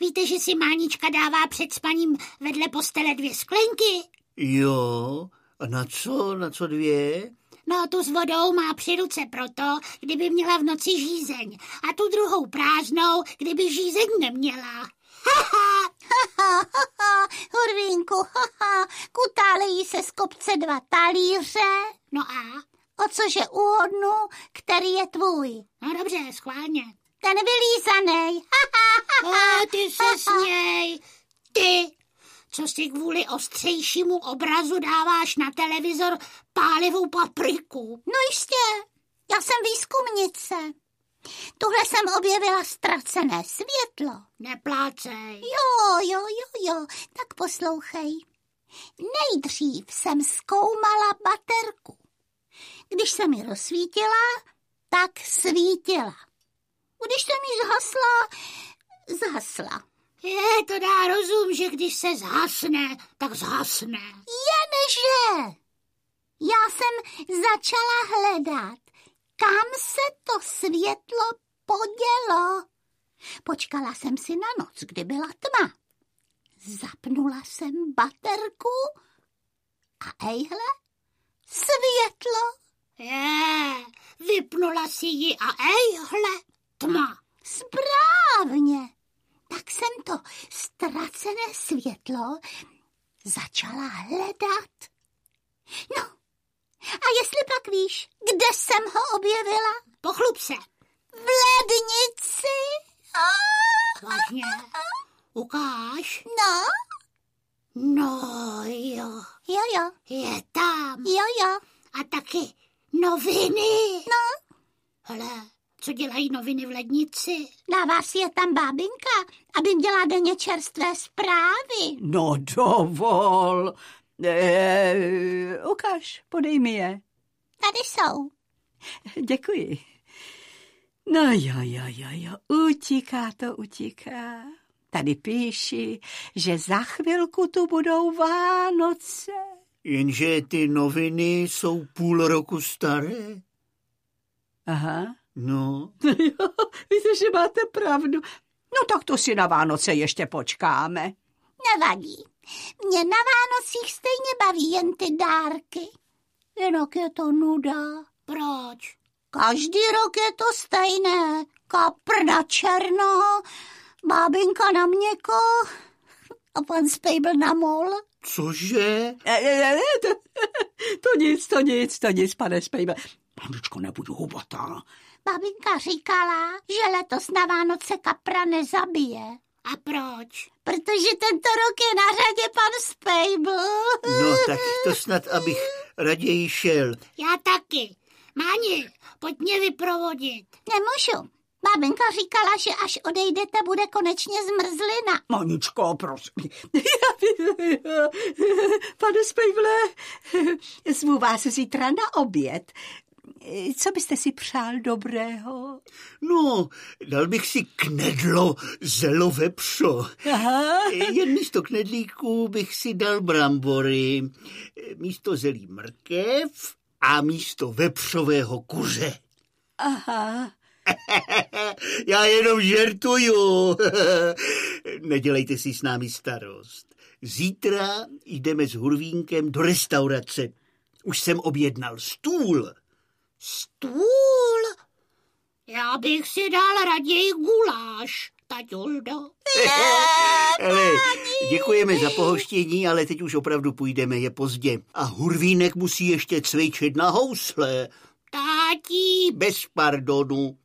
Víte, že si Mánička dává před spaním vedle postele dvě sklenky? Jo, a na co, na co dvě? No, tu s vodou má při ruce proto, kdyby měla v noci žízeň. A tu druhou prázdnou, kdyby žízeň neměla. Haha, haha, haha, hurvínku, haha, kutálejí se z kopce dva talíře. No a? O cože úhodnu, který je tvůj? No dobře, schválně. Ten vylízanej, haha, haha. A ty se směj, ty, co si kvůli ostřejšímu obrazu dáváš na televizor pálivou papriku. No jistě, já jsem výzkumnice. Tuhle jsem objevila ztracené světlo. Neplácej. Jo, jo, jo, jo, tak poslouchej. Nejdřív jsem zkoumala baterku. Když se mi rozsvítila, tak svítila. Když se mi zhasla, zhasla. Je, to dá rozum, že když se zhasne, tak zhasne. Jenže já jsem začala hledat, kam se to světlo podělo. Počkala jsem si na noc, kdy byla tma. Zapnula jsem baterku a ejhle, světlo. Je, Eh, vypnula si ji a ejhle, tma. Správně. Tak jsem to ztracené světlo začala hledat. No, a jestli pak víš, kde jsem ho objevila? Pochlup se. V lednici. Vážně? Ukáž. No, No jo, jo, jo, je tam. jo, jo, A taky noviny. no. Hele, co dělají noviny v lednici? Dává si je tam bábinka, aby měla denně čerstvé zprávy. No dovol. E, ukáž, podej mi je. Tady jsou. Děkuji. No jo, jo, jo, jo, utíká to, utíká. Tady píši, že za chvilku tu budou Vánoce. Jenže ty noviny jsou půl roku staré. Aha. No, Jo, víte, že máte pravdu. No tak to si na Vánoce ještě počkáme. Nevadí. Mě na Vánocích stejně baví jen ty dárky. Jinak je to nuda. Proč? Každý rok je to stejné. Kapr na černo, bábinka na měko a pan Spejbl na mol. cože? E, e, e, to, to nic, to nic, to nic, pane Spejbe. Pandučko, nebudu hubatá. Babinka říkala, že letos na Vánoce kapra nezabije, A proč? protože tento rok je na řadě pan Spejbl. No, tak to snad, abych raději šel. Já taky. Máni, pojď mě vyprovodit. Nemůžu. Babinka říkala, že až odejdete, bude konečně zmrzlina. Maničko, prosím. Pane Spejble, zvu vás zítra na oběd. Co byste si přál dobrého? No, dal bych si knedlo zelo vepřo. Aha. Jen místo knedlíků bych si dal brambory, místo zelí mrkev a místo vepřového kuře. Aha. Já jenom žertuju. Nedělejte si s námi starost. Zítra jdeme s Hurvínkem do restaurace. Už jsem objednal stůl. Stůl? Já bych si dal raději guláš, taťuldo. Ale děkujeme za pohoštění, ale teď už opravdu půjdeme, je pozdě. A Hurvínek musí ještě cvičit na housle. Tátí, Bez pardonu.